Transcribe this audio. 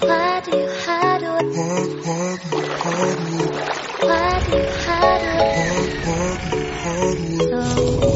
Why do you hide away? Why do you hide away? So